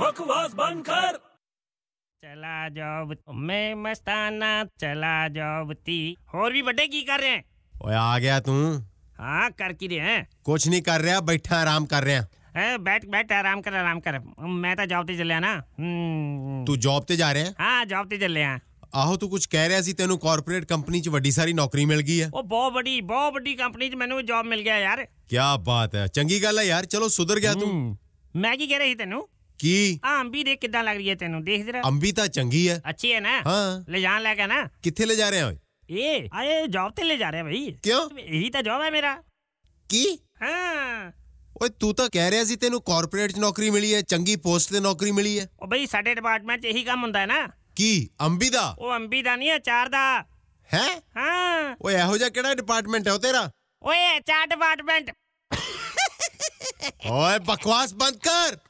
बकवास बंद कर चला जाओ मैं मस्ताना चला जाओ ती और भी बड़े की कर रहे हैं ओए आ गया तू हाँ कर की रहे हैं कुछ नहीं कर रहा बैठा आराम कर रहा ए, बैठ बैठ आराम कर आराम कर मैं तो जॉब ते चलिया ना हम्म। तू ਜੌਬ ਤੇ ਜਾ ਰਿਹਾ हाँ जॉब ते चलिया ਆਹੋ ਤੂੰ ਕੁਝ ਕਹਿ ਰਿਹਾ ਸੀ ਤੈਨੂੰ ਕਾਰਪੋਰੇਟ ਕੰਪਨੀ 'ਚ ਵੱਡੀ ਸਾਰੀ ਨੌਕਰੀ ਮਿਲ ਗਈ ਹੈ ਉਹ ਬਹੁਤ ਵੱਡੀ ਬਹੁਤ ਵੱਡੀ ਕੰਪਨੀ 'ਚ ਮੈਨੂੰ ਜੌਬ ਮਿਲ ਗਿਆ ਯਾਰ ਕੀ ਬਾਤ ਹੈ ਚੰਗੀ ਗੱਲ ਹੈ ਯਾਰ ਚਲੋ ਸੁਧਰ ਗਿਆ ਤੂੰ ਮੈਂ ਕੀ ਕਹਿ ਰਹੀ ਤੈਨੂੰ ਕੀ ਆਹ ਅੰਬੀ ਦੇਖ ਕਿੱਦਾਂ ਲੱਗ ਰਹੀ ਹੈ ਤੈਨੂੰ ਦੇਖ ਜਰਾ ਅੰਬੀ ਤਾਂ ਚੰਗੀ ਹੈ ਅੱਛੀ ਹੈ ਨਾ ਹਾਂ ਲੈ ਜਾਣ ਲੈ ਕੇ ਨਾ ਕਿੱਥੇ ਲੈ ਜਾ ਰਿਹਾ ਓਏ ਇਹ ਆਏ ਜੌਬ ਤੇ ਲੈ ਜਾ ਰਿਹਾ ਭਾਈ ਕਿਉਂ ਇਹੀ ਤਾਂ ਜੌਬ ਹੈ ਮੇਰਾ ਕੀ ਹਾਂ ਓਏ ਤੂੰ ਤਾਂ ਕਹਿ ਰਿਹਾ ਸੀ ਤੈਨੂੰ ਕਾਰਪੋਰੇਟ 'ਚ ਨੌਕਰੀ ਮਿਲੀ ਹੈ ਚੰਗੀ ਪੋਸਟ ਤੇ ਨੌਕਰੀ ਮਿਲੀ ਹੈ ਉਹ ਬਈ ਸਾਡੇ ਡਿਪਾਰਟਮੈਂਟ 'ਚ ਇਹੀ ਕੰਮ ਹੁੰਦਾ ਹੈ ਨਾ ਕੀ ਅੰਬੀ ਦਾ ਉਹ ਅੰਬੀ ਦਾ ਨਹੀਂ ਅਚਾਰ ਦਾ ਹੈ ਹਾਂ ਓਏ ਇਹੋ ਜਿਹਾ ਕਿਹੜਾ ਡਿਪਾਰਟਮੈਂਟ ਹੈ ਉਹ ਤੇਰਾ ਓਏ ਅਚਾਰ ਡਿਪਾਰਟਮੈਂਟ ਓਏ ਬਕਵਾਸ ਬੰਦ ਕਰ